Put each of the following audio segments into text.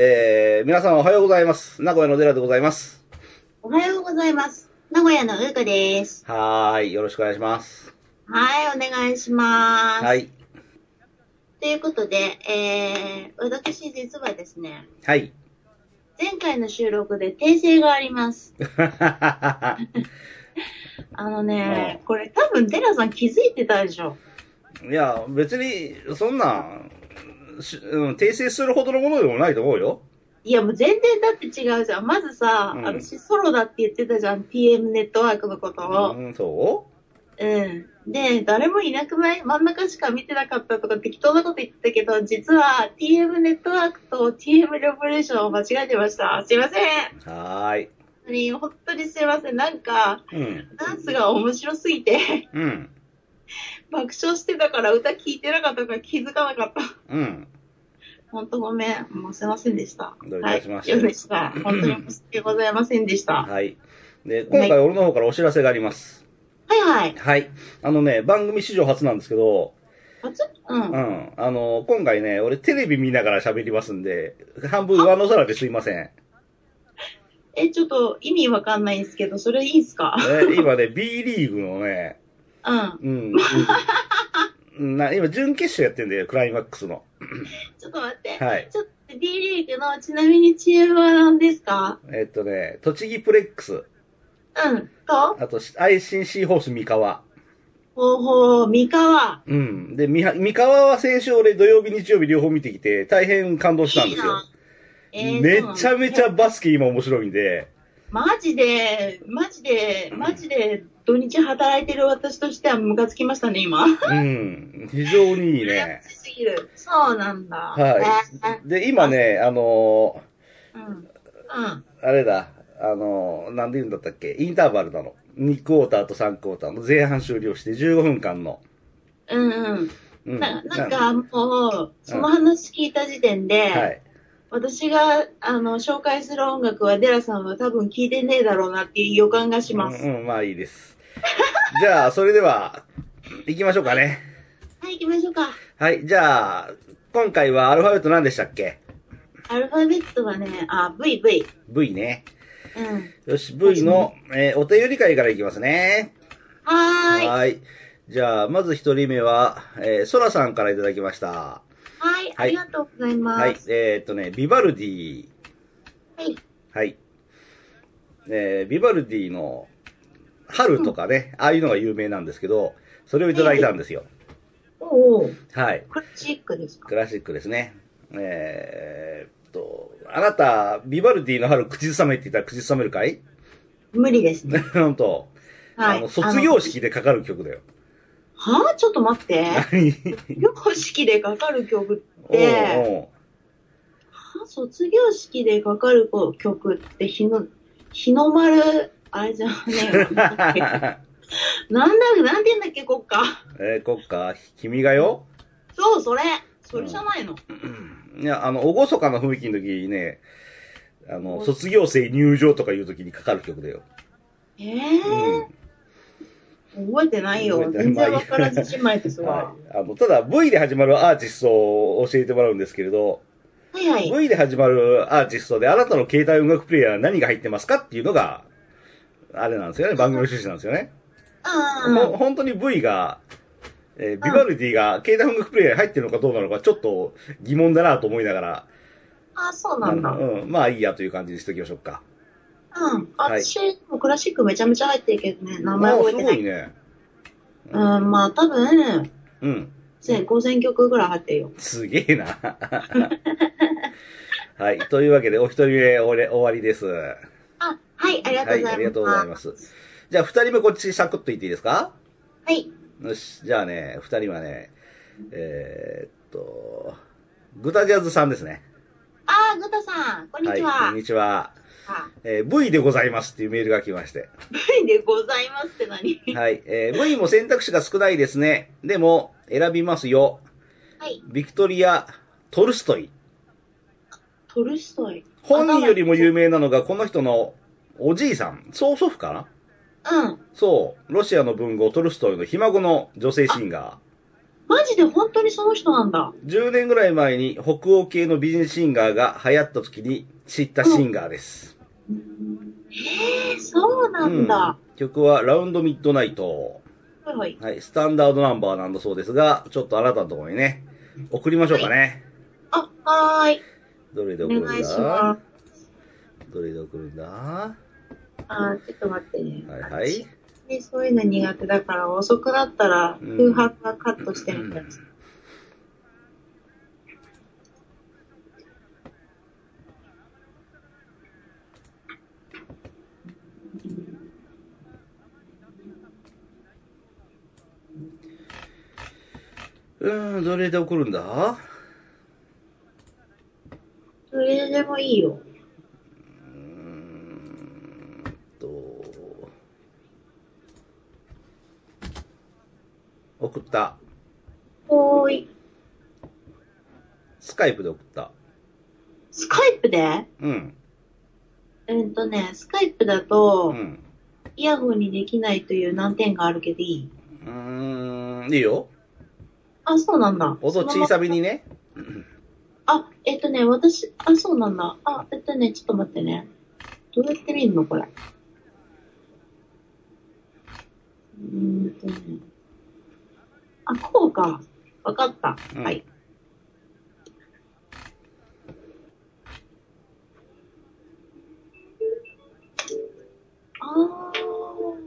えー、皆さんおはようございます。名古屋の寺でございます。おはようございます。名古屋のうこです。はーい、よろしくお願いします。はい、お願いします。はい。ということで、えー、私実はですね、はい。 前回の収録で訂正があります。あのね、これ多分デラさん気づいてたでしょ。いや、別に、そんな、しうん、訂正するほどのものでもないと思うよ。いや、もう全然だって違うじゃん。まずさ、うん私ソロだって言ってたじゃん。TM ネットワークのことを。うん、そうん。で、誰もいなくない真ん中しか見てなかったとか適当なこと言ってたけど、実は TM ネットワークと TM レボリューションを間違えてました。すいません。うはーい。本当に、本当にすいません。なんか、うん。ダンスが面白すぎて、 うん。爆笑してたから歌聞いてなかったから気づかなかった。うん。本当ごめん。もうすいませんでした。どういはたいしま。してよろしく。本当に申し訳ございませんでした。ははい。で、今回俺の方からお知らせがあります。いはい。はい。あのね、番組史上初なんですけど、あちょう。うんん。あの、今回ね、俺テレビ見ながら喋りますんで、半分上の空ですいません。え、ちょっと意味わかんないんですけど、それいいんすかえ今ね、B リーグのね、うん。うん。うんな今、準決勝やってんだよ、クライマックスの。ちょっと待って。はい。ちょっと D リーグのちなみにチームは何ですかえっとね、栃木プレックス、うん。と、あと、愛心シーホース三河。ほうほう、三河。うん。で、みは三河は先週俺土曜日、日曜日両方見てきて、大変感動したんですよ。いいなえーめちゃめちゃそうなんだバスケ今面白いんで、マジで、マジで、マジで、土日働いてる私としてはムカつきましたね、今。うん。非常 にいい羨まねし。すぎる。そうなんだ。はえい。で、今ね、あのーうん。うん。ーあれだ、あのーなんで言うんだったっけ、インターバルなの。2クォーターと3クォーターの前半終了して15分間の。うんううんん。ななん、かもう、その話聞いた時点で、はい。私が、あの、紹介する音楽は、デラさんは多分聞いてねえだろうなっていう予感がします。うん、うん、まあいいです。 じゃあ、それでは、行きましょうかね。はい、行きましょうか。はい、じゃあ、今回はアルファベット何でしたっけアルファベットはね、あ、V、V。 ?V ね。うん。よし、V の、えーお便り会からいきますね。はーい。ははい。じゃあ、まず一人目は、えー、ソラさんからいただきました。い。ありがとうございます。はい。えーっとね、ビバルディ。はい。はい。えー、ビバルディの春とかね、ああいうのが有名なんですけど、それをいただいたんですよ。おうおう。はい。クラシックですかクラシックですね。えーっと、あなた、ビバルディの春口ずさめって言ったら口ずさめるかい 無理ですね。本当。はい。あの、卒業式でかかる曲だよ。あのはぁちょっと待って。何卒業式でかかる曲っおう て、おう は卒業式でかかる曲って、日の、日の丸、あれじ ゃねえわなんだ、なんて言うんだっけ、国歌。えー、国歌、君がよ。そう、それ。それじゃないの。いや、あの、おごそかな雰囲気の時にね、あの、卒業生入場とかいう時にかかる曲だよ。ええー。覚えてないよ。覚えてない全然わからずじまいですうん。わは。い。あの、ただ、V で始まるアーティストを教えてもらうんですけれど、はいはい。 V で始まるアーティストで、あなたの携帯音楽プレイヤーは何が入ってますかっていうのが、あれなんですよね。番組の趣旨なんですよね。うんうんうほん。本当に V が、えービバルディが携帯音楽プレイヤーに入ってるのかどうなのか、ちょっと疑問だなと思いながら、あ、そうなんだ。うん、まあいいやという感じにしておきましょうか。うん。はい私、もクラシックめちゃめちゃ入ってるけどね、名前まあ覚えすてなごい。いね。うん、まあ多分、うん。千5000曲ぐらい入ってるよ。すげえな。 はい。というわけで、お一人目おれ終わりです。はあ、はい、ありがとうございます。ありがとうございます。じゃあ、二人目こっちサクッといっていいですかはい。よし。じゃあね、二人はね、えーっと、グタジャズさんですね。あー、グタさん、こんにちは。い。こんにちは。あ、えー V でございますっていうメールが来まして。 V でございますって何はい。えー V も選択肢が少ないですね。でも、選びますよ。はい。ビクトリア・トルストイ。トルストイ。本人よりも有名なのが、この人のおじいさん、曽祖父かなうん。そう、ロシアの文豪トルストイのひ孫の女性シンガマジで本当にその人なんだ。 10年ぐらい前に北欧系の美人シンガーが流行った時に知ったシンガーです。へえ、そうなんだ。うん曲はラウンドミッドナイト。はいはい。はい、スタンダードナンバーなんだそうですが、ちょっとあなたのところにね、送りましょうかね。あ、はーい。どれでお送るん願いしだます。どれで送るんだはあーちょっと待ってね。いはい。でそういうの苦手だから、遅くなったら空白がカットしてみたいです。うーん、どれで送るんだそれでもいいよ。うーんと、送った。おーい。スカイプで送った。スカイプでうん。うんとね、スカイプだうと、ん。イヤホンにできないという難点があるけどいい。うーん、いいよ。あ、そうなんだ。音小さめにね。あ、えっとね、私、あ、そうなんだ。あ、えっとね、ちょっと待ってね。どうやって見るのこれ。うーんとね。あ、こうか。わかった。うんはい。あー。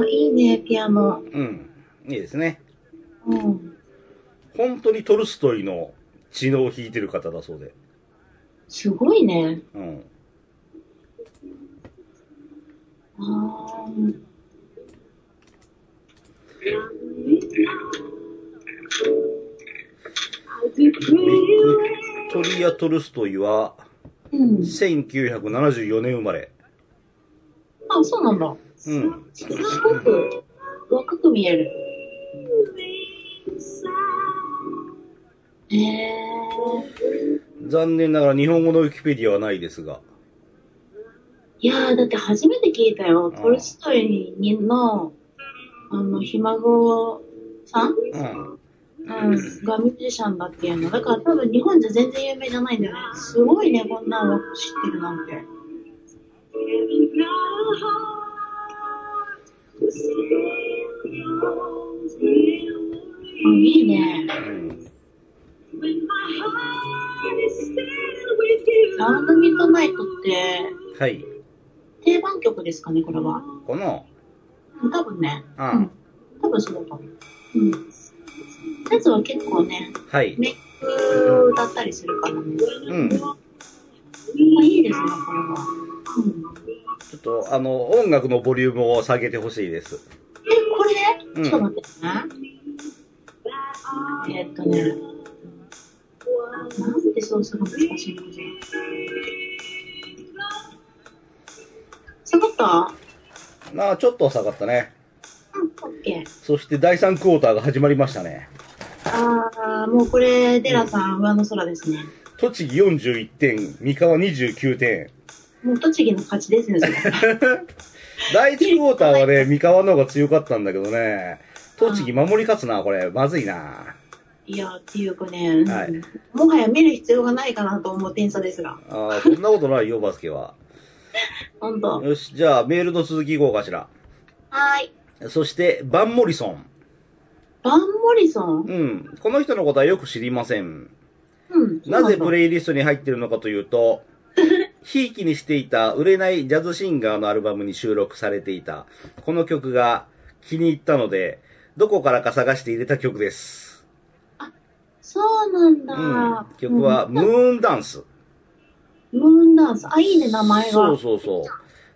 あ、いいね、ピアノ。うん。いいですね。うん。本当にトルストイの知能を引いてる方だそうで。すごいね。うん。あビクトリア・トルストイはうん。 1974年生まれ。あ、そうなんだ。うん。すごく若く見える。へえ残念ながら日本語のウィキペディアはないですが。いやー、だって初めて聞いたよ。うんトルストイの、あの、ひ孫さん、うん。うん、がミュージシャンだっていうの。だから多分日本じゃ全然有名じゃないんだよね。すごいね、こんなの知ってるなんて。あ、いいね。うん。ラウンドミッドナイトってはい。定番曲ですかね、これは。この、多分ね。あうん多分そうだと思う。うん。やつは結構ね、はい。メイクだったりするからね。うん。ちょまあ、いいですね、これは。うん。っと、あの、音楽のボリュームを下げてほしいです。え、こうれんちょっと待ってね。えーっとね。なんで操作が難しいのじゃ。下がったまあ、ちょっと下がったね。うん、オッケー。そして第3クォーターが始まりましたね。あー、もうこれ、デラさん、上の空ですね。栃木41点、三河29点。もう栃木の勝ちで すね、それ第1クォーターはね、三河の方が強かったんだけどね、栃木守り勝つな、これ。まずいな。いや、っていうかね、はいもはや見る必要がないかなと思う点差ですが。ああ、そんなことないよ、バスケは。ほんと。よし、じゃあ、メールの続きいこうかしら。はーい。そして、バン・モリソン。バン・モリソンうん。この人のことはよく知りません。うん。なぜプレレイリストに入ってるのかという と、ひいきにしていた売れないジャズシンガーのアルバムに収録されていた、この曲が気に入ったので、どこからか探して入れた曲です。そうなんだ。うん。曲は、ムーンダンス。ムーンダンス。あ、いいね、名前が。そうそうそ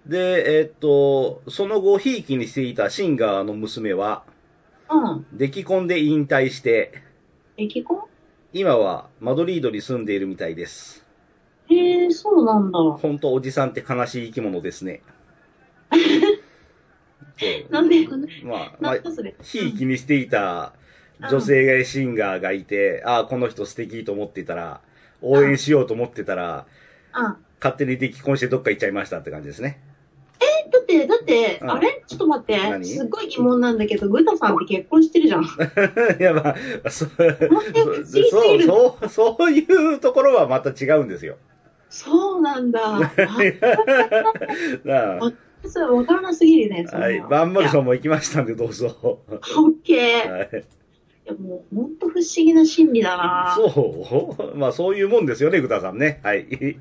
う。で、えーっと、その後、ひいきにしていたシンガーの娘は、うん。出来婚で引退して、え、結婚今はマドリードに住んでいるみたいです。へえ、そうなんだ。本当おじさんって悲しい生き物です ね。そうなんで、こんな、まあ、まなあん、だそれ。ひいきにしていた女性がシンガーがいて、ああ、この人素敵と思ってたら、応援しようと思ってたら、あ、勝手に離婚してどっか行っちゃいましたって感じですね。 え、だって、だって、うんあれちょっと待って。何すっごい疑問なんだけど、グタさんって結婚して るじゃん。いや、まあ、そう、そう、知りすぎるそう、 そういうところはまた違うんですよ。そうなんだ。あなあそれわからなすぎるね、そんなはい。バンマルいソンも行きましたんで、どうぞ。やオッケー。いはいや、もう、ほんと不思議な心理だな。そう まあ、そういうもんですよね、グタさんね。はい。 うん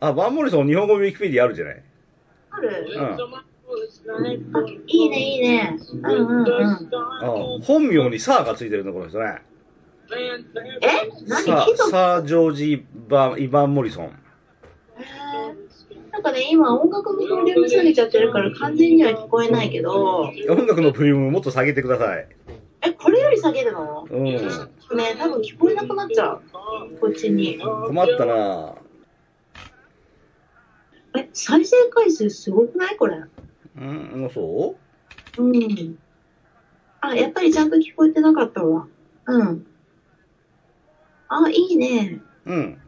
あ、バンモリソン日本語ウィキペディアあるじゃないあるうんあいいね、いいね。うんうんうん。あ本名にサーがついてるの、この人ね。えサー何聞いたこ、とサージョージ・バンイバン・モリソン。へーなんかね、今音楽のボリューム下げちゃってるから完全には聞こえないけど、音楽のボリュームもっと下げてください。え、これより下げるのうん。ね、多分聞こえなくなっちゃう。こっちに。困ったなえ、再生回数すごくないこれ。うん、もうそううん。あ、やっぱりちゃんと聞こえてなかったわ。うん。あ、いいね。うん。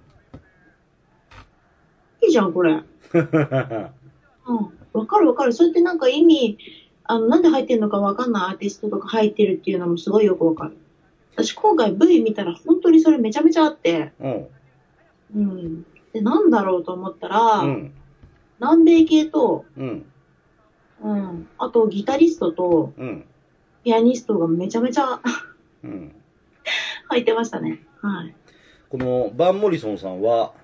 いいじゃん、これ。うん。わかるわかる。そうやってなんか意味、あの、なんで入ってんのかわかんないアーティストとか入ってるっていうのもすごいよくわかる。私今回 V 見たら本当にそれめちゃめちゃあって、うん。うん。で、なんだろうと思ったら、うん。南米系と、うん。うん。あとギタリストとうん。ピアニストがめちゃめちゃ うん。入ってましたね。はい。このバン・モリソンさんは、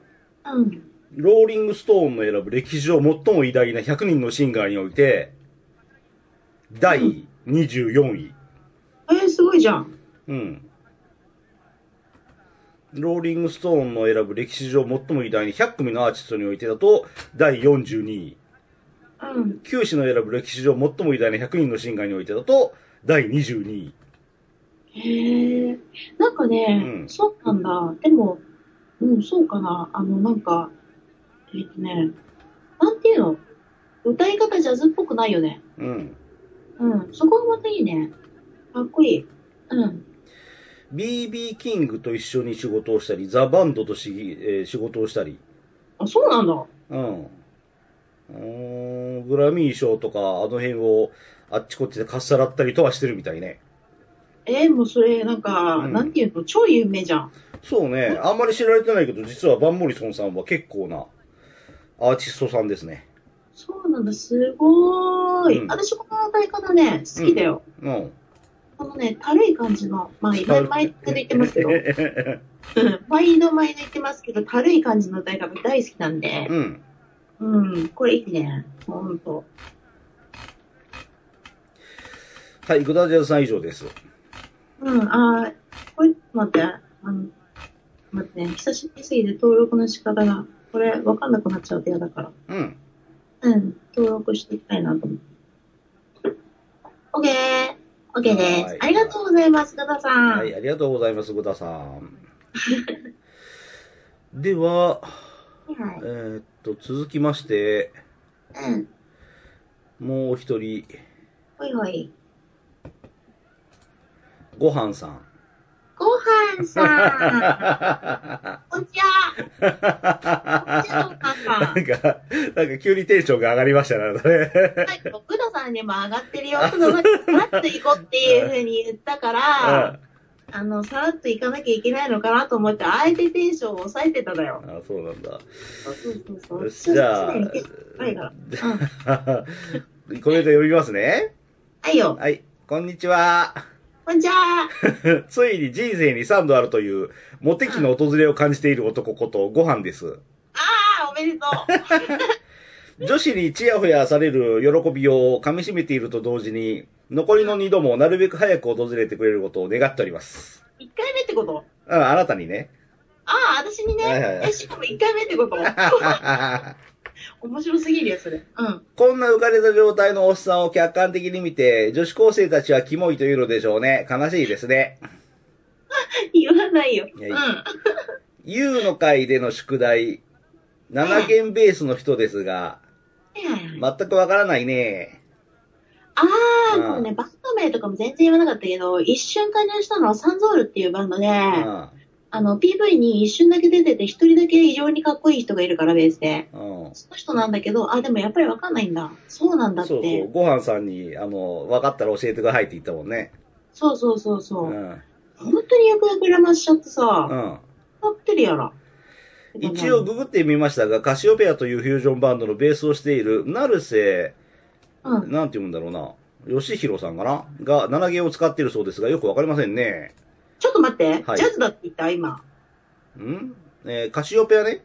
うん。ローリング・ストーンの選ぶ歴史上最も偉大な100人のシンガーにおいて、第24位。えー、すごいじゃん。うん。ローリング・ストーンの選ぶ歴史上最も偉大な100組のアーティストにおいてだと、第42位。うん。九死の選ぶ歴史上最も偉大な100人のシンガーにおいてだと、第22位。へえ。なんかね、うんそうなんだ。でも、うん、そうかな。あの、なんか、えっとね、なんていうの歌い方ジャズっぽくないよね。うん。うん。そこがまたいいね。かっこいい。うん。 BB キングと一緒に仕事をしたり、ザ・バンドとし、えー仕事をしたり、あ、そうなんだ。うん。うーん、グラミー賞とか、あの辺をあっちこっちでかっさらったりとはしてるみたいね。えー、もうそれ、なんか、うんなんていうの超有名じゃん。そうね、あんまり知られてないけど、実はバンモリソンさんは結構なアーティストさんですね。そうなんだ。すごーい。うん私、この歌い方ね、好きだよ。うん。このね、軽い感じの、まあ、軽い毎度言ってます けど、うん毎度毎度言ってますけど、軽い感じの歌い方大好きなんで、うん。うん、これいいね。ほんと。はい、グダジャズさん以上です。うん、あーこれ、待って、あの、待ってね、久しぶりすぎて登録の仕方が、これ、わかんなくなっちゃうと嫌だから。うん。うん、登録していきたいなと思って。オッケーオッケーではすい。ありがとうございます、ガタさん。はい、ありがとうございます、グダさ ん。では、えはーっと、続きまして、いうん。もう一人、ほいほい。ごはんさん。ごはんさん。こんにちは。こんにちは、ごはんさんな。んか、なんか急にテンションが上がりましたねあなたね。さっきも工藤さんにも上がってるよ。そのままさらっと行こうっていうふうに言ったから、あの、さらっと行かなきゃいけないのかなと思って、あえてテンションを抑えてただよ。うんあ、そうなんだ。そうそうそう。じゃあ常にテンション高いからうんは コメント読みますね。いよ。はい。こんにちは。 こんにちは。ついに人生に3度あるという、モテ期の訪れを感じている男こと、ご飯です。あー、おめでとう。女子にチヤホヤされる喜びを噛み締めていると同時に、残りの2度もなるべく早く訪れてくれることを願っております。一回目ってことうん、あなたにね。 あー、私にはいはいね。はいえ、しかも一回目ってこと面白すぎるよ、それ。うん。こんな浮かれた状態のおっさんを客観的に見て、女子高生たちはキモいというのでしょうね。悲しいですね。言わないよ。いうやん。いいあ U の回での宿題、7件ベースの人ですが、全くわからないね。あうんー、これね、バンド名とかも全然言わなかったけど、一瞬加入したのはサンゾールっていうバンドで、うん。ああの、PV に一瞬だけ出てて、一人だけ異常にかっこいい人がいるから、ベースで。うん。その人なんだけど、あ、でもやっぱりわかんないんだ。そうなんだっそうそうて。。ご飯さんに、あの、分かったら教えてくださいって言ったもんね。そうそうそうそうう。ん。本当に役役らましちゃってうさ、ん。なってるやら。一応、ググってみましたが、カシオペアというフュージョンバンドのベースをしている、ナルセ、うん。なんて言うんだろうな、吉弘さんかなが7弦を使っているそうですが、よくわかりませんね。ちょっと待って、はいジャズだって言った今。んえーカシオペアね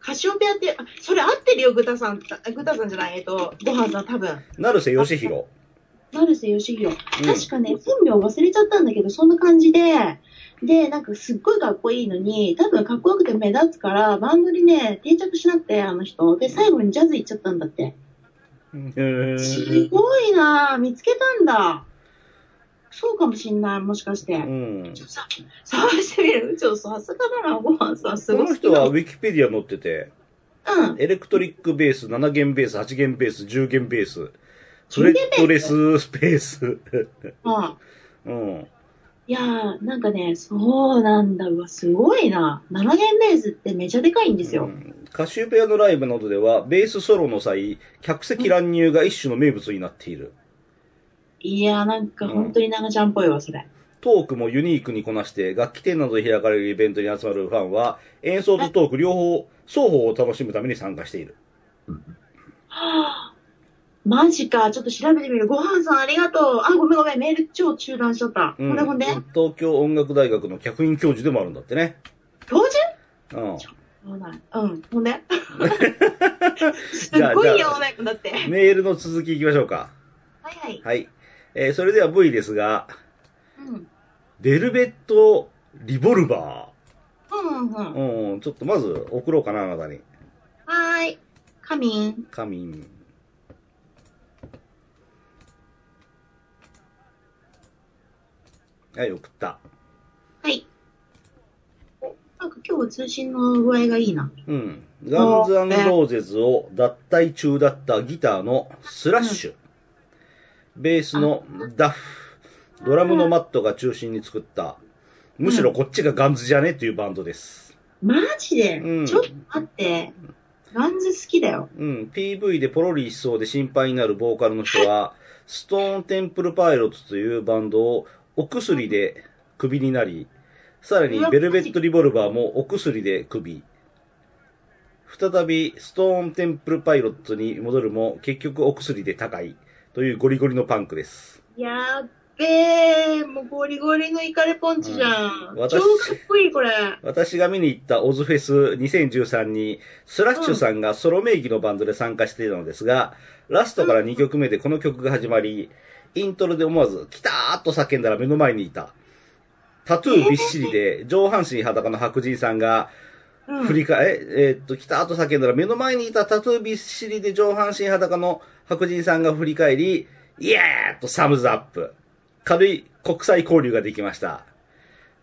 カシオペアって、あそれ合ってるよ、グタさん。あグタさんじゃない、えっと、ご飯さん多分。ナルセ吉弘。成瀬義弘。うん確かね、本名忘れちゃったんだけど、そんな感じで、で、なんかすっごいかっこいいのに、多分かっこよくて目立つから、バンドにね、定着しなくて、あの人。で、最後にジャズ行っちゃったんだって。へすーごいなぁ、見つけたんだ。そうかもしんない、もしかして。うん。ちょっとさ探してみるちょっとさすがだな、ご飯さん。すこごいの好き人はなウィキペディア載ってて、うん。エレクトリックベース、7弦ベース、8弦ベース、10弦ベース、フレ10ッ弦トレススペース。まあ、うん。いやー、なんかね、そうなんだ。うわ、すごいな。7弦ベースってめちゃでかいんですよ。うんカシオペアのライブなどでは、ベースソロの際、客席乱入が一種の名物になっている。いやー、なんか本当に長ちゃんっぽいわ、それ。トークもユニークにこなして、楽器店などで開かれるイベントに集まるファンは、演奏とトーク両方、双方を楽しむために参加している。はあマジか。ちょっと調べてみる。ごはんさんありがとう。あ、ごめんごめん。メール超中断しちゃった。うんほんでほんで。東京音楽大学の客員教授でもあるんだってね。教授うん。そうなん。うん。ほ んですじゃあっごいじ世ゃあの中だって。はいメールの続きいきましょうか。はい。はい。えーそれでは V ですが、うん。ベルベット・リボルバうんうんうん。ー。はうん、ちょっとまず送ろうかな、あなたに。ーい。カミン。仮眠。はい、送った。はい。おなんか今日は通信の具合がいいな。うん。ガンズローゼズを脱退中だったギターのスラッシュ、ベースのダフ、ドラムのマットが中心に作った、むしろこっちがガンズじゃねっていうバンドです。マジで、うんちょっと待って。ガンズ好きだよ。うん。PV でポロリしそうで心配になるボーカルの人は、ストーンテンプルパイロットというバンドをお薬でクビになり、さらにベルベットリボルバーもお薬でクビ。再びストーンテンプルパイロットに戻るも、結局お薬で高い。というゴリゴリのパンクです。やっべえ、もうゴリゴリのイカレポンチじゃん。うん私超かっこいい、これ。私が見に行ったオズフェス2013に、スラッシュさんがソロ名義のバンドで参加していたのですが、ラストから2曲目でこの曲が始まり、イントロで思わず、きたーっと叫んだら目の前にいた。タトゥーびっしりで、上半身裸の白人さんが、うん振り返、え、えーっと、来たと叫んだら目の前にいたタトゥーびっしりで上半身裸の白人さんが振り返り、イエーとサムズアップ。軽い国際交流ができました。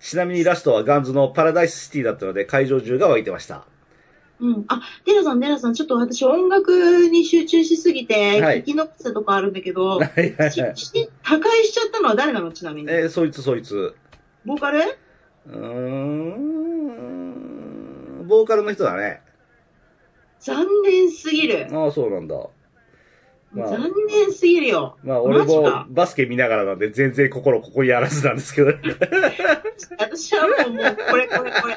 ちなみにラストはガンズのパラダイスシティだったので会場中が沸いてました。うん。あ、デラさん、デラさん、ちょっと私音楽に集中しすぎて、はい聞き残したとこあるんだけど、はいはいしはい。し他界しちゃったのは誰なのちなみに。えーそいつそいつ。ボーカルうーん。ボーカルの人だね。残念すぎる。ああ、そうなんだ。まあ残念すぎるよ。まあ、俺もマジかバスケ見ながらなんで全然心ここにあらずなんですけど。私はもう、もう、これ、こ れ、これ。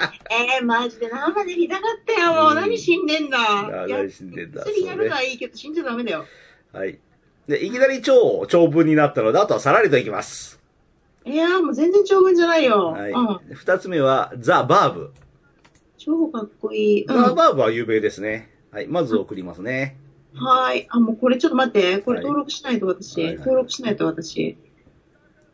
えー、マジで生で見たかったよ。もううん何死んでんだ。あや何死んでんだ釣りやるのはいいけど、死んじゃダメだよ。はい。で、いきなり超長文になったので、あとはさらりといきます。いやーもう全然長文じゃないよ。はいうん。。二、つ目は、ザ・バーブ。超かっこいい。うん。ザ・はバーブは有名ですね。はい。まず送りますね。ーい。あ、もうこれちょっと待って。これはい登録しないと私。はいはい登録しないと私。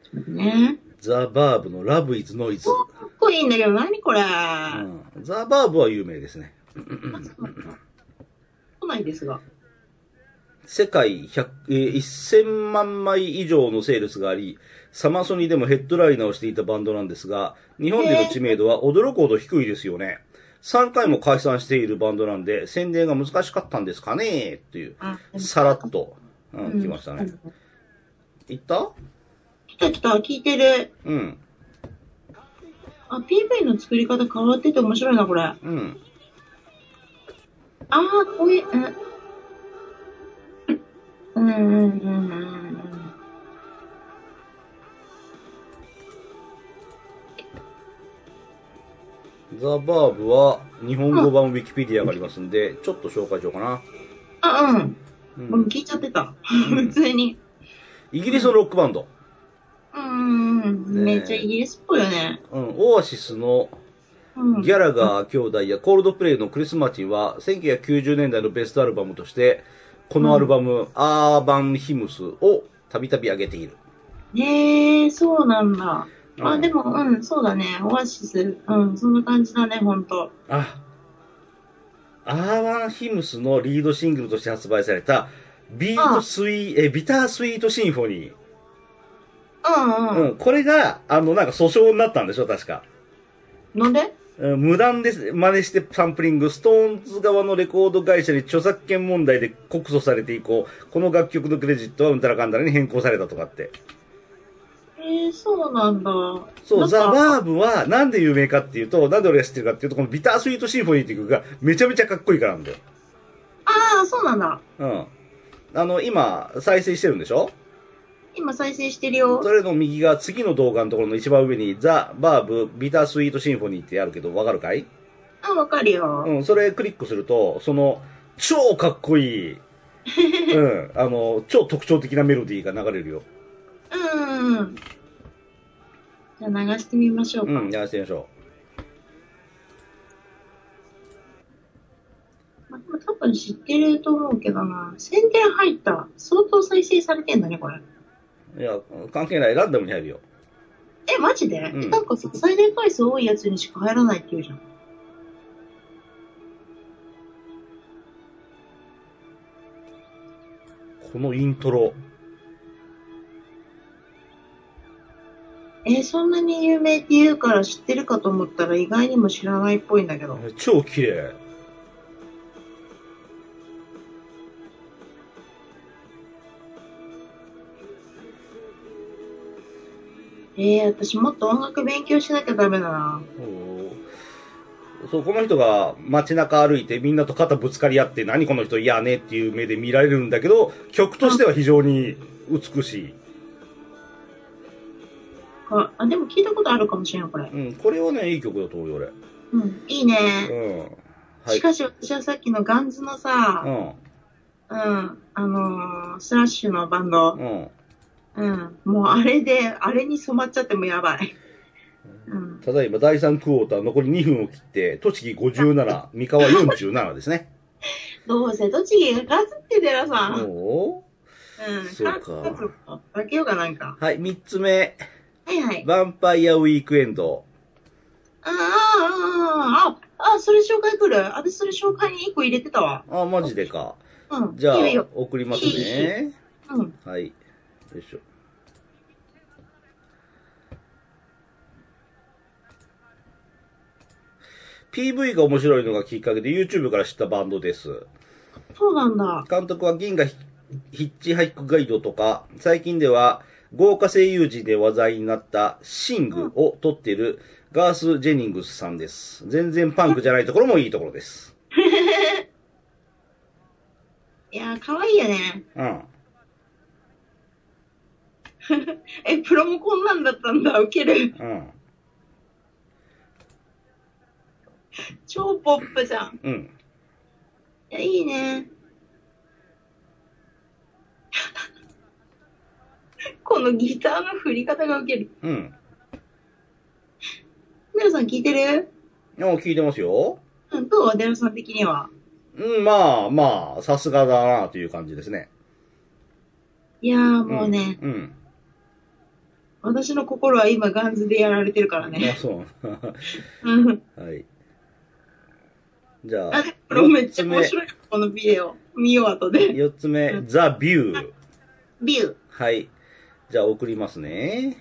ちょっと待ってね。ザ・バーブのラブ・イズ・ノイズ。かっこいいんだけど、何これ。うんザ・バーブは有名ですね。来ないですが。世界100、えー1000万枚以上のセールスがあり、サマソニでもヘッドライナーをしていたバンドなんですが、日本での知名度は驚くほど低いですよね。3回も解散しているバンドなんで、宣伝が難しかったんですかねっていう。あさらっと、うんうん来ましたね。行った来た来た、聞いてる。うん。あ、PV の作り方変わってて面白いな、これ。あうん。あ、こういう、うん。うんうんうんうんザ・バーブは日本語版ウィキペディアがありますんで、ちょっと紹介しようかな。あ、うん。う、もうん聞いちゃってた。う 普ん通に。イギリスのロックバンド。うんうんうん。ねえめっちゃイギリスっぽいよね。うん、オアシスのうん。ギャラガー兄弟やコールドプレイのクリス・マーチンは1990年代のベストアルバムとして、このアルバム、アーバン・ヒムスをたびたび上げている。へえー、そうなんだ。うあ、んでも、うん、そうだね。オアシス。うん、そんな感じだね、ほんと。あ、アーバン・ヒムスのリードシングルとして発売された、ビートスイえ、ビタースイートシンフォニー。うんううん、これが、あの、なんか訴訟になったんでしょ、確か。ん。なんでうん無断です、真似してサンプリング、ストーンズ側のレコード会社に著作権問題で告訴されて以降、この楽曲のクレジットはうんたらかんたらに変更されたとかって。えー、そうなんだ。そう、ザ・ーバーブはなんで有名かっていうと、なんで俺が知ってるかっていうと、このビタースイートシンフォニーっていう曲がめちゃめちゃかっこいいからなんだよ。ああ、そうなんだ。うん。あの、今、再生してるんでしょ今再生してるよそ。れの右が次の動画のところの一番上に、ザ・バーブ、ビタースイートシンフォニーってあるけど、わかるかいあ、わかるよ。うん、それクリックすると、その、超かっこ いい、うん、あの、超特徴的なメロディーが流れるよ。うんうんうん。じゃあ流してみましょううか。ん、やらせてみましょまあ、でも多分知ってると思うけどな。宣伝入った。相当再生されてんだね、これ。う。いや、関係ない、ランダムに入るよ。え、マジで、うんなんかさ、最大回数多いやつにしか入らないって言うじゃん。このイントロ。えーそんなに有名って言うから知ってるかと思ったら意外にも知らないっぽいんだけど。超綺麗。えー、私もっと音楽勉強しなきゃダメだな。おーそう、この人が街中歩いてみんなと肩ぶつかり合って、何この人嫌ねっていう目で見られるんだけど、曲としては非常に美しい。あ、あでも聞いたことあるかもしれん、これ。うん、これはね、いい曲だと思うよ、うん、いいね。俺。うん。はいし。かし私はさっきのガンズのさ、うん、うん、あのー、スラッシュのバンド、うん。うん、もうあれで、あれに染まっちゃってもやばい。うん、ただいま第3クォーター残り2分を切って、栃木57、三河47ですね。どうせ栃木が勝つって、寺さん。うん、おそうか勝つ勝つの。だけようかなんか。ーはい、3つ目。はいはい。ヴァンパイアウィークエンド。あーあー、あーあー、あー、それ紹介来る私それ紹介に1個入れてたわ。あ、マジでか。うん。じゃあいいよいいよ、送りますね。うん。はい。よいしょ。PV が面白いのがきっかけで YouTube から知ったバンドです。そうなんだ。監督は銀河ヒヒッチハイクガイドとか、最近では豪華声優陣で話題になったシングを撮っているガース・ジェニングスさんです。全然パンクじゃないところもいいところです。いやー、かわいいよね。うん。え、プロもこんなんだったんだ。ウケる。うん。超ポップじゃん。うん。いや、いいね。 このギターの振り方がウケる。うん。デラさん聞いてるでも聞いてますよ。うん、どうデラさん的には。うん、まあまあ、さすがだなという感じですね。いやーもうね、うん。私の心は今ガンズでやられてるからあ、ね。そう。 うん。はい。じゃああ、でも、これめっ四ちつゃ目面白い。このビデオ。見よう、後で。 4つ目、ザ・ビュー。ビュー。はい。じゃあ送りますね。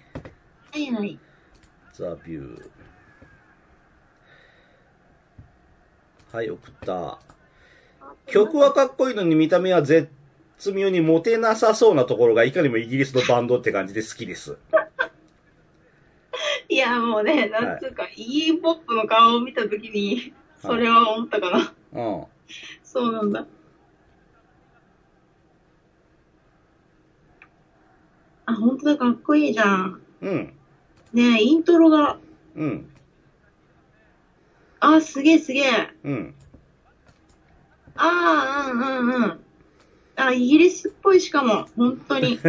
はいはい。ザ・ビュー。はい、送った。曲はかっこいいのに見た目は絶妙にモテなさそうなところがいかにもイギリスのバンドって感じで好きです。いやや、もうね、なんつうか、イギー・ポップの顔を見たときに、それは思ったかな。うん。そうなんだ。あ、本当だ、かっこいいじゃん。うん。ねえ、イントロが、うん。あ、すげえすげえ。うん。ああ、うんうんうん。あ、イギリスっぽいしかも、本当に。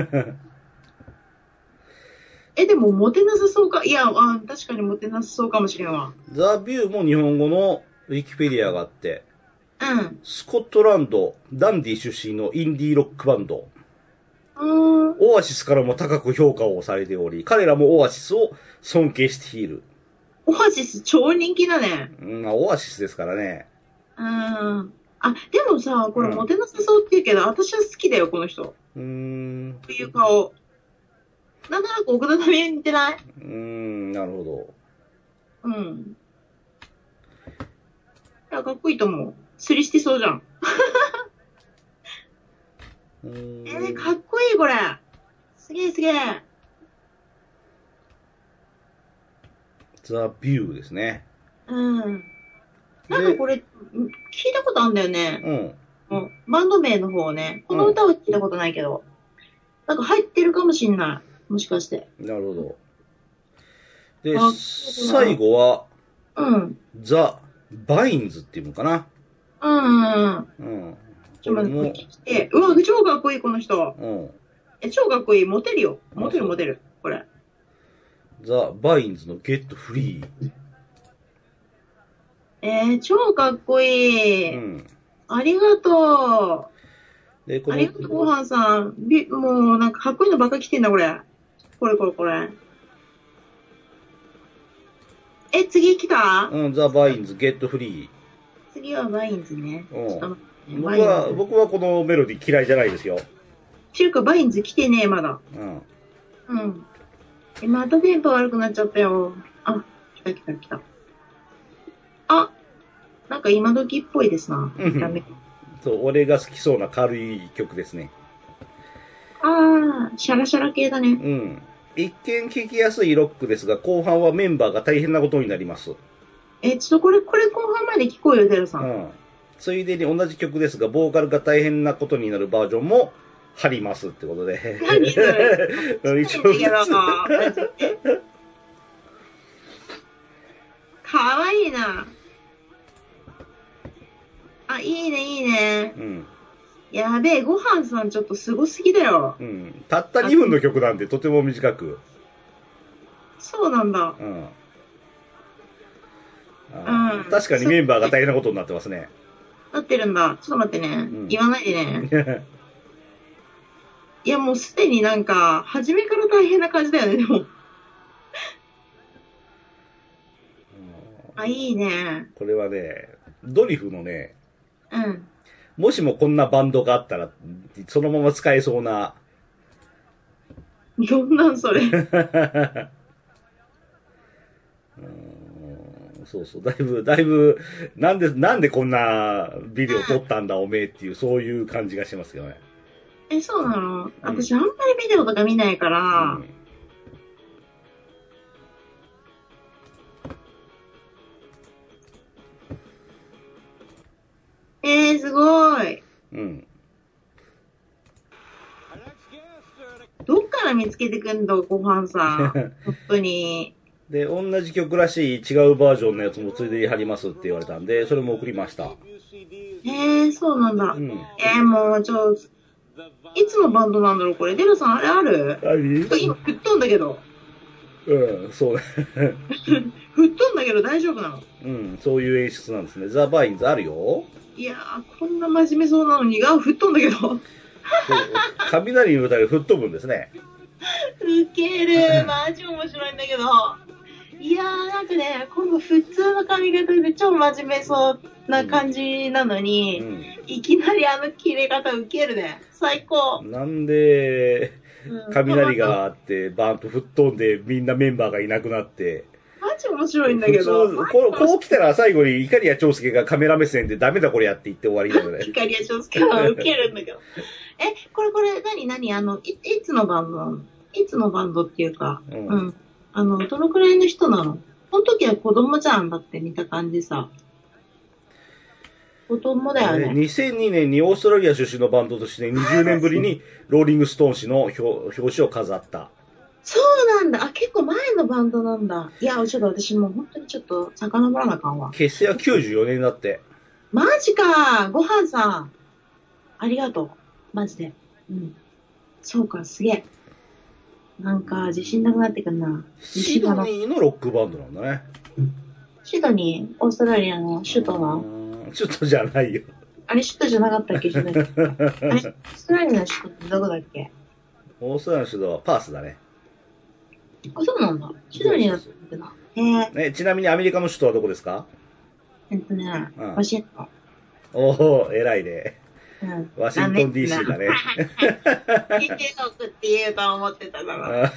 え、でも、モテなさそうか。いや、あ確かにモテなさそうかもしれんわ。ザ・ビューも日本語のウィキペディアがあって、うん。スコットランド、ダンディ出身のインディーロックバンド、うーん。オアシスからも高く評価をされており、彼らもオアシスを尊敬している。オアシス超人気だね。うん、まあ、オアシスですからね。うん。あ、でもさ、これうんモテなさそうって言うけど、私は好きだよ、この人。こうーん、ういう顔。なんとなく奥田民生に似てないうーん、なるほど。うん。いや、かっこいいと思う。釣りしてそうじゃん。うーんえー、かっこいい、これ。すげえすげえ。ザ・ビューですね。うん。でなんかこれ、うん聞いたことあるんだよね。うん。うんバンド名の方ね。この歌は聞いたことないけど。なんか入ってるかもしんない。もしかして。なるほど。であ、最後は、うん。ザ・バインズっていうのかな。うんうんうん。うん。ちこょれっと待もって、、来て。うわ、超かっこいい、この人。うん。え、超かっこいい。モテるよ。モテあそるうモテる。これ。ザ・バインズのゲットフリー。えー、超かっこいい。うん。ありがとう。で、こありがとう、ごの、はんさん。びもう、なんかかっこいいのばっか来てんだ、これ。これこれこれ。え、次来た、うん、ザ・バインズゲットフリ次はワインズね。ー。うん。うん僕ワインは、ズ。僕はこのメロディー嫌いじゃないですよ。ていうか、ワインズ来てねえ、まだ。うん。うん。え、また電波悪くなっちゃったよ。あ、来た来た来た。あ、なんか今時っぽいですな。うんダメ。そう、俺が好きそうな軽い曲ですね。あー、シャラシャラ系だね。うん。一見聴きやすいロックですが、後半はメンバーが大変なことになります。え、ちょっとこれ、これ後半まで聞こうよ、ゼロさ。うんん。ついでに同じ曲ですが、ボーカルが大変なことになるバージョンも貼りますってことで。 何それ一応ずつかわいいな。あ、いいね、いいね。うん。やべえ、ごはんさんちょっとすごすぎだよ。うん。たった2分の曲なんで、とても短く。そうなんだ。うん。あーうん確かにメンバーが大変なことになってますね。なってるんだ。ちょっと待ってね。ん言わないでね。いや、もうすでになんか、初めから大変な感じだよね、でも。あ、いいね。これはね、ドリフのね、うん。もしもこんなバンドがあったら、そのまま使えそうな。どんなんそれ。うんそうそう、だいぶ、だいぶ、なんで、なんでこんなビデオ撮ったんだおめえっていう、そういう感じがしますよね。え、そうなの私、あんまりビデオとか見ないからうん、えー、すごい。うん。どっから見つけてくんだ、ごは んさん。本当に。で、同じ曲らしい違うバージョンのやつもついでに貼りますって言われたんで、それも送りました。えー、そうなんだう。ん。えー、もう、ちょ、いつのバンドなんだろう、これ。デルさん、あれある何今、振っとんだけど。うん、そうね。振っとんだけど大丈夫なのうん、そういう演出なんですね。ザ・バインズあるよ。いやー、こんな真面目そうなのに、が振っとんだけど。そう雷に打たれ吹っ飛ぶんですね。ウケる。マジ面白いんだけど。いやー、なんかね、この普通の髪型で超真面目そうな感じなのうに、ん。いきなりあの切れ方ウケるね。最高。なんで、うん雷。があって、バーンと吹っ飛んで、みんなメンバーがいなくなって。マジ面白いんだけど。普通こう、こう来たら最後に、怒りや長介がカメラ目線でダメだこれやって言って終わりだよね。怒りや翔介 は受けるんだけど。え、これこれ、なになにあの、いいつのバンドなのいつのバンドっていうか、うんうん。あの、どのくらいの人なのこの時は子供じゃんだって見た感じさ。子供だよえーね。 2002年にオーストラリア出身のバンドとして20年ぶりにローリングストーン氏の表表紙を飾った。そうなんだ。あ、結構前のバンドなんだ。いや、ちょっと私もう本当にちょっと遡らなあかんわ。結成は94年だって。マジかごはんさん。ありがとう。マジで。うん。そうか、すげえ。なんか、自信なくなってくんな。シドニーのロックバンドなんだね。シドニー、オーストラリアの首都うの、ーん首都じゃないよ。あれ首都じゃなかったっけシドニ ーあれ、オーストラリアの首都ってどこだっけオーストラリアの首都はパースだね。あ、そうなんだ。シドニーだったんだ。へえ、ねちなみにアメリカの首都はどこですかえっとねうん、ワシントン。おお偉いね。うん。ワシントン DC だね。英国って言えば思ってただろ。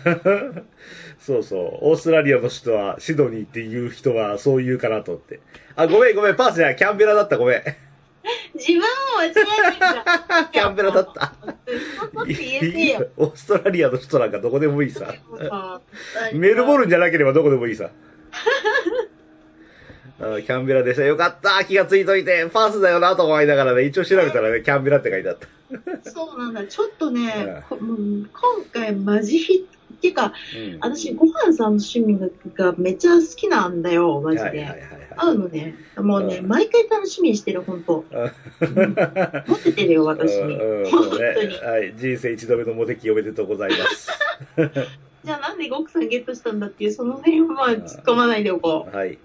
そうそう。オーストラリアの首都はシドニーっていう人はそう言うかなと思って。あ、ごめんごめん。パースじゃない。キャンベラだった。ご めん。。自分も間違えてき たキャンベラだ った。そうって言えてよ。オーストラリアの首都なんかどこでもいいさ。メルボルン。ルンじゃなければどこでもいい さ。あキャンベラでした。よかった気がついといてパースだよなと思いながらね、一応調べたらね、キャンベラって書いてあった。そうなんだ。ちょっとね、こうん今回マジヒット。っていうか、うん私、ごはんさんの趣味がめっちゃ好きなんだよ、マジはいはいはいで。合うのね。もうね、うん毎回楽しみにしてる、本当。はい。持っててるよ、私うに。んうん本そう当ねに。はい。人生一度目のモテ期おめでとうございます。じゃあなんでゴクさんゲットしたんだっていう、その辺は突っ込まないでおこはい。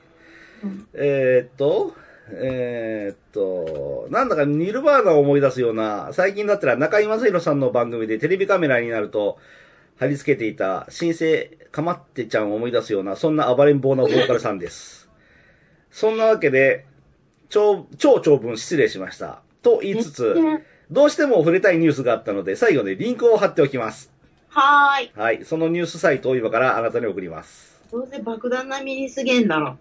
うんえーっと、えーっと、なんだかニルバーナを思い出すような、最近だったら中井正広さんの番組でテレビカメラになると貼り付けていた新生かまってちゃんを思い出すような、そんな暴れん坊なボーカルさんです。そんなわけで、超、超長文失礼しました。とう。言いつつ、めっちどうしても触れたいニュースがあったので、最後でリンクを貼っておきます。ゃはーい。はい。そのニュースサイトを今からあなたに送ります。どうせ爆弾並みにすげえんだろ。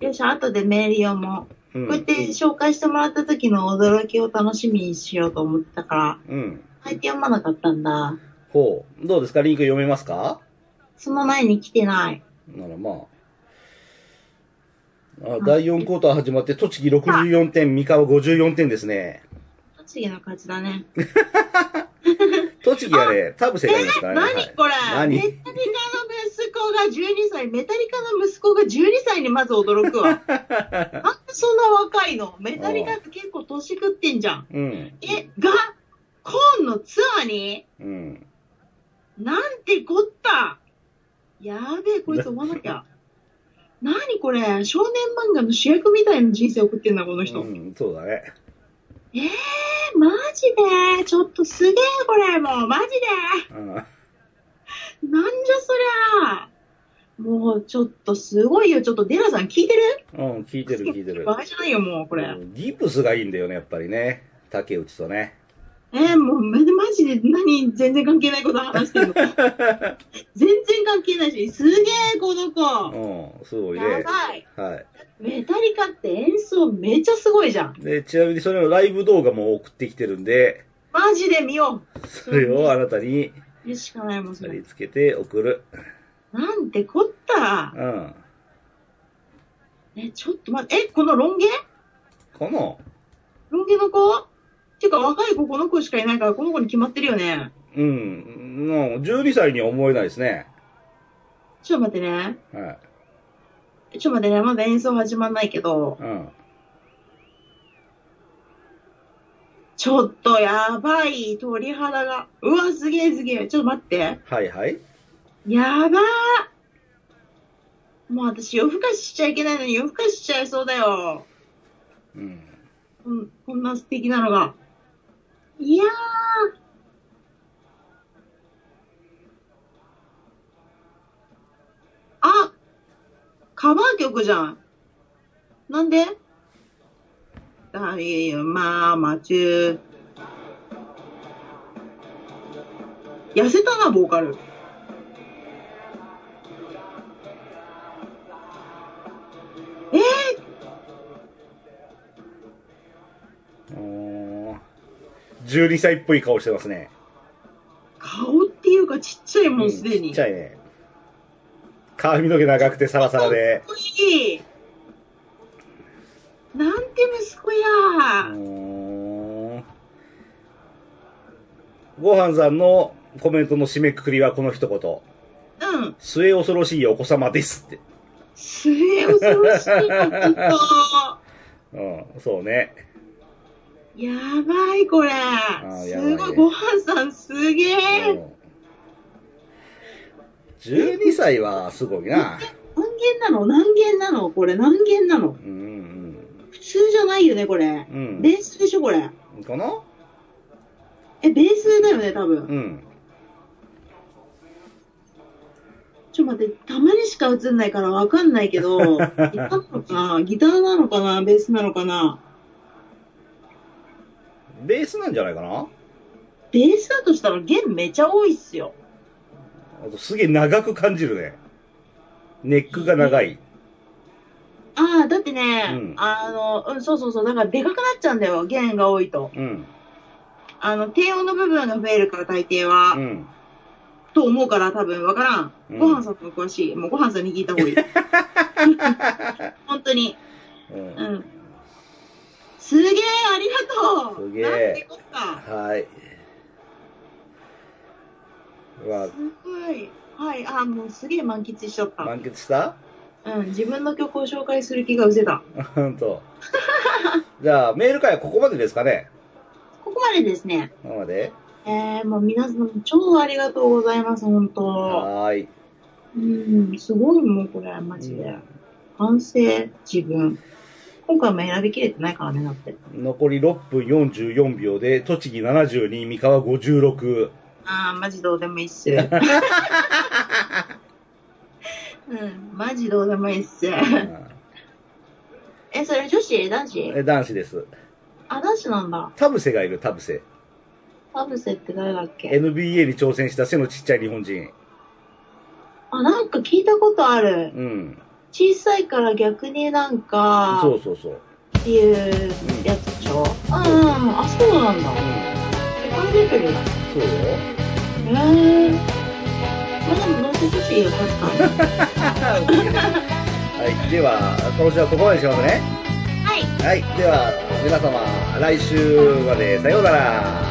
よし、後でメール読もうう。こうやっん。て紹介してもらった時の驚きを楽しみにしようと思ってたから、うん。書いて読まなかったんだ。ほう。どうですかリンク読めますかその前に来てない。ならまあ。あ第4クォーター始まって、栃木64点、三河54点ですね。栃木の勝ちだね。栃木はね、田臥がいますからね。は何いこれ、何メタリカの息子が12歳、メタリカの息子が12歳にまず 驚くわ。なんでそんな若いのメタリカって結構年食ってんじゃん。うん。え、が、コーンのツアーにうん。なんてこったやべえ、こいつ追わ なきゃ。何これ少年漫画の主役みたいな人生送ってんだ、この人。うえん、そうだね。ー、マジでちょっとすげえ、これもう、マジでうん。なんじゃそりゃもうちょっとすごいよ。ちょっとデラさん聞いてるうん、聞いてる聞いてる。バカじゃないよ、もうこれ。うんギプスがいいんだよね、やっぱりね。竹内とね。えー、もうまマジで何全然関係ないこと話 してるの全然関係ないし、すげえ、この子うん、すごいやね。ばいはメタリカって演奏めっちゃすごいじゃん。い。で、ちなみにそれのライブ動画も送ってきてるんで、マジで見よそれをあなたにう見るしかないもん、そ貼れり。付けて送る。なんてこったうん。え、ちょっと待って、え、このロン毛この、ロン毛の子っていうか若い子、この子しかいないから、この子に決まってるよね。うん、もう12歳には思えないですね。ちょっと待ってね。はい。ちょっと待ってね、まだ演奏始まんないけど、うん。ちょっとやばい、鳥肌が。うわ、すげえすげえ。ちょっと待って。はいはい。やばーもう私夜更かししちゃいけないのに夜更かししちゃいそうだよ。うん。こんこんな素敵なのが。いやー。あカバー曲じゃん。なんでだいまあ、まちゅ痩せたな、ボーカル。えー、おー12歳っぽい顔してますね。可がちっちゃいもうんすでちに。っかちゃいね。髪の毛長くてサラサラでっ。こいい。なんて息子やう。ーんごはんさんのコメントの締めくくりはこの一言。うん。末恐ろしいお子様ですって。末恐ろしい こと。うん、そうね。やばい、これ。すやばいごねい、ご飯さんすげうえ。ん12歳はすごいな。何軒なの何軒なのこれ何軒なうのん普通じゃないよね、これ。うん。うん。ベースでしょ、これ。かなえ、ベースだよね、多分。うん。ちょっと待って、たまにしか映んないからわかんないけど、ギ ターなのかなギターなのかなベースなのかなベースなんじゃないかなベースだとしたら弦めちゃ多いっすよ。あとすげえ長く感じるね。ネックが長い。ああ、だってね、うんあの、うん、そうそうそう、だからでかくなっちゃうんだよ、弦が多いと。うん。あの、低音の部分が増えるから、大抵は。うん。と思うから多分わからんうん。ご飯さんも詳しい。もうご飯さんに聞いた 方がいい。本当に。うんうん。すげえ、ありがとうすげえなんてこっか。はい。うわす、ごい。はい、あ、もうすげえ満喫しちゃった。満喫したうん、自分の曲を紹介する気が失せた。ほんと。じゃあ、メール会はここまでですかねここまでですね。ここまでえー、もう皆さん超ありがとうございます、本当はーい。うん、すごいもうこれ、マジで。反省、自分。今回も選びきれてないからね、だって。残り6分44秒で、栃木72、三河56。あー、マジど うでもいいっす。うん、マジどうでもいいっす。うんえ、それ女子男子え男子です。あ、男子なんだ。田臥がいる、田臥。田臥って誰だっけ NBA に挑戦した背のちっちゃい日本人。あ、なんか聞いたことある。うん。小さいから逆になんか、そうそうそう。っていうやつでしょ。うん、あ、そうなんだ。え、これ出てるよ。そうよ。へえ。まあでもどうせ女子よかった。はい、では、今週はここまでにしますね。はい。はい、では、皆様、来週まで、さようなら。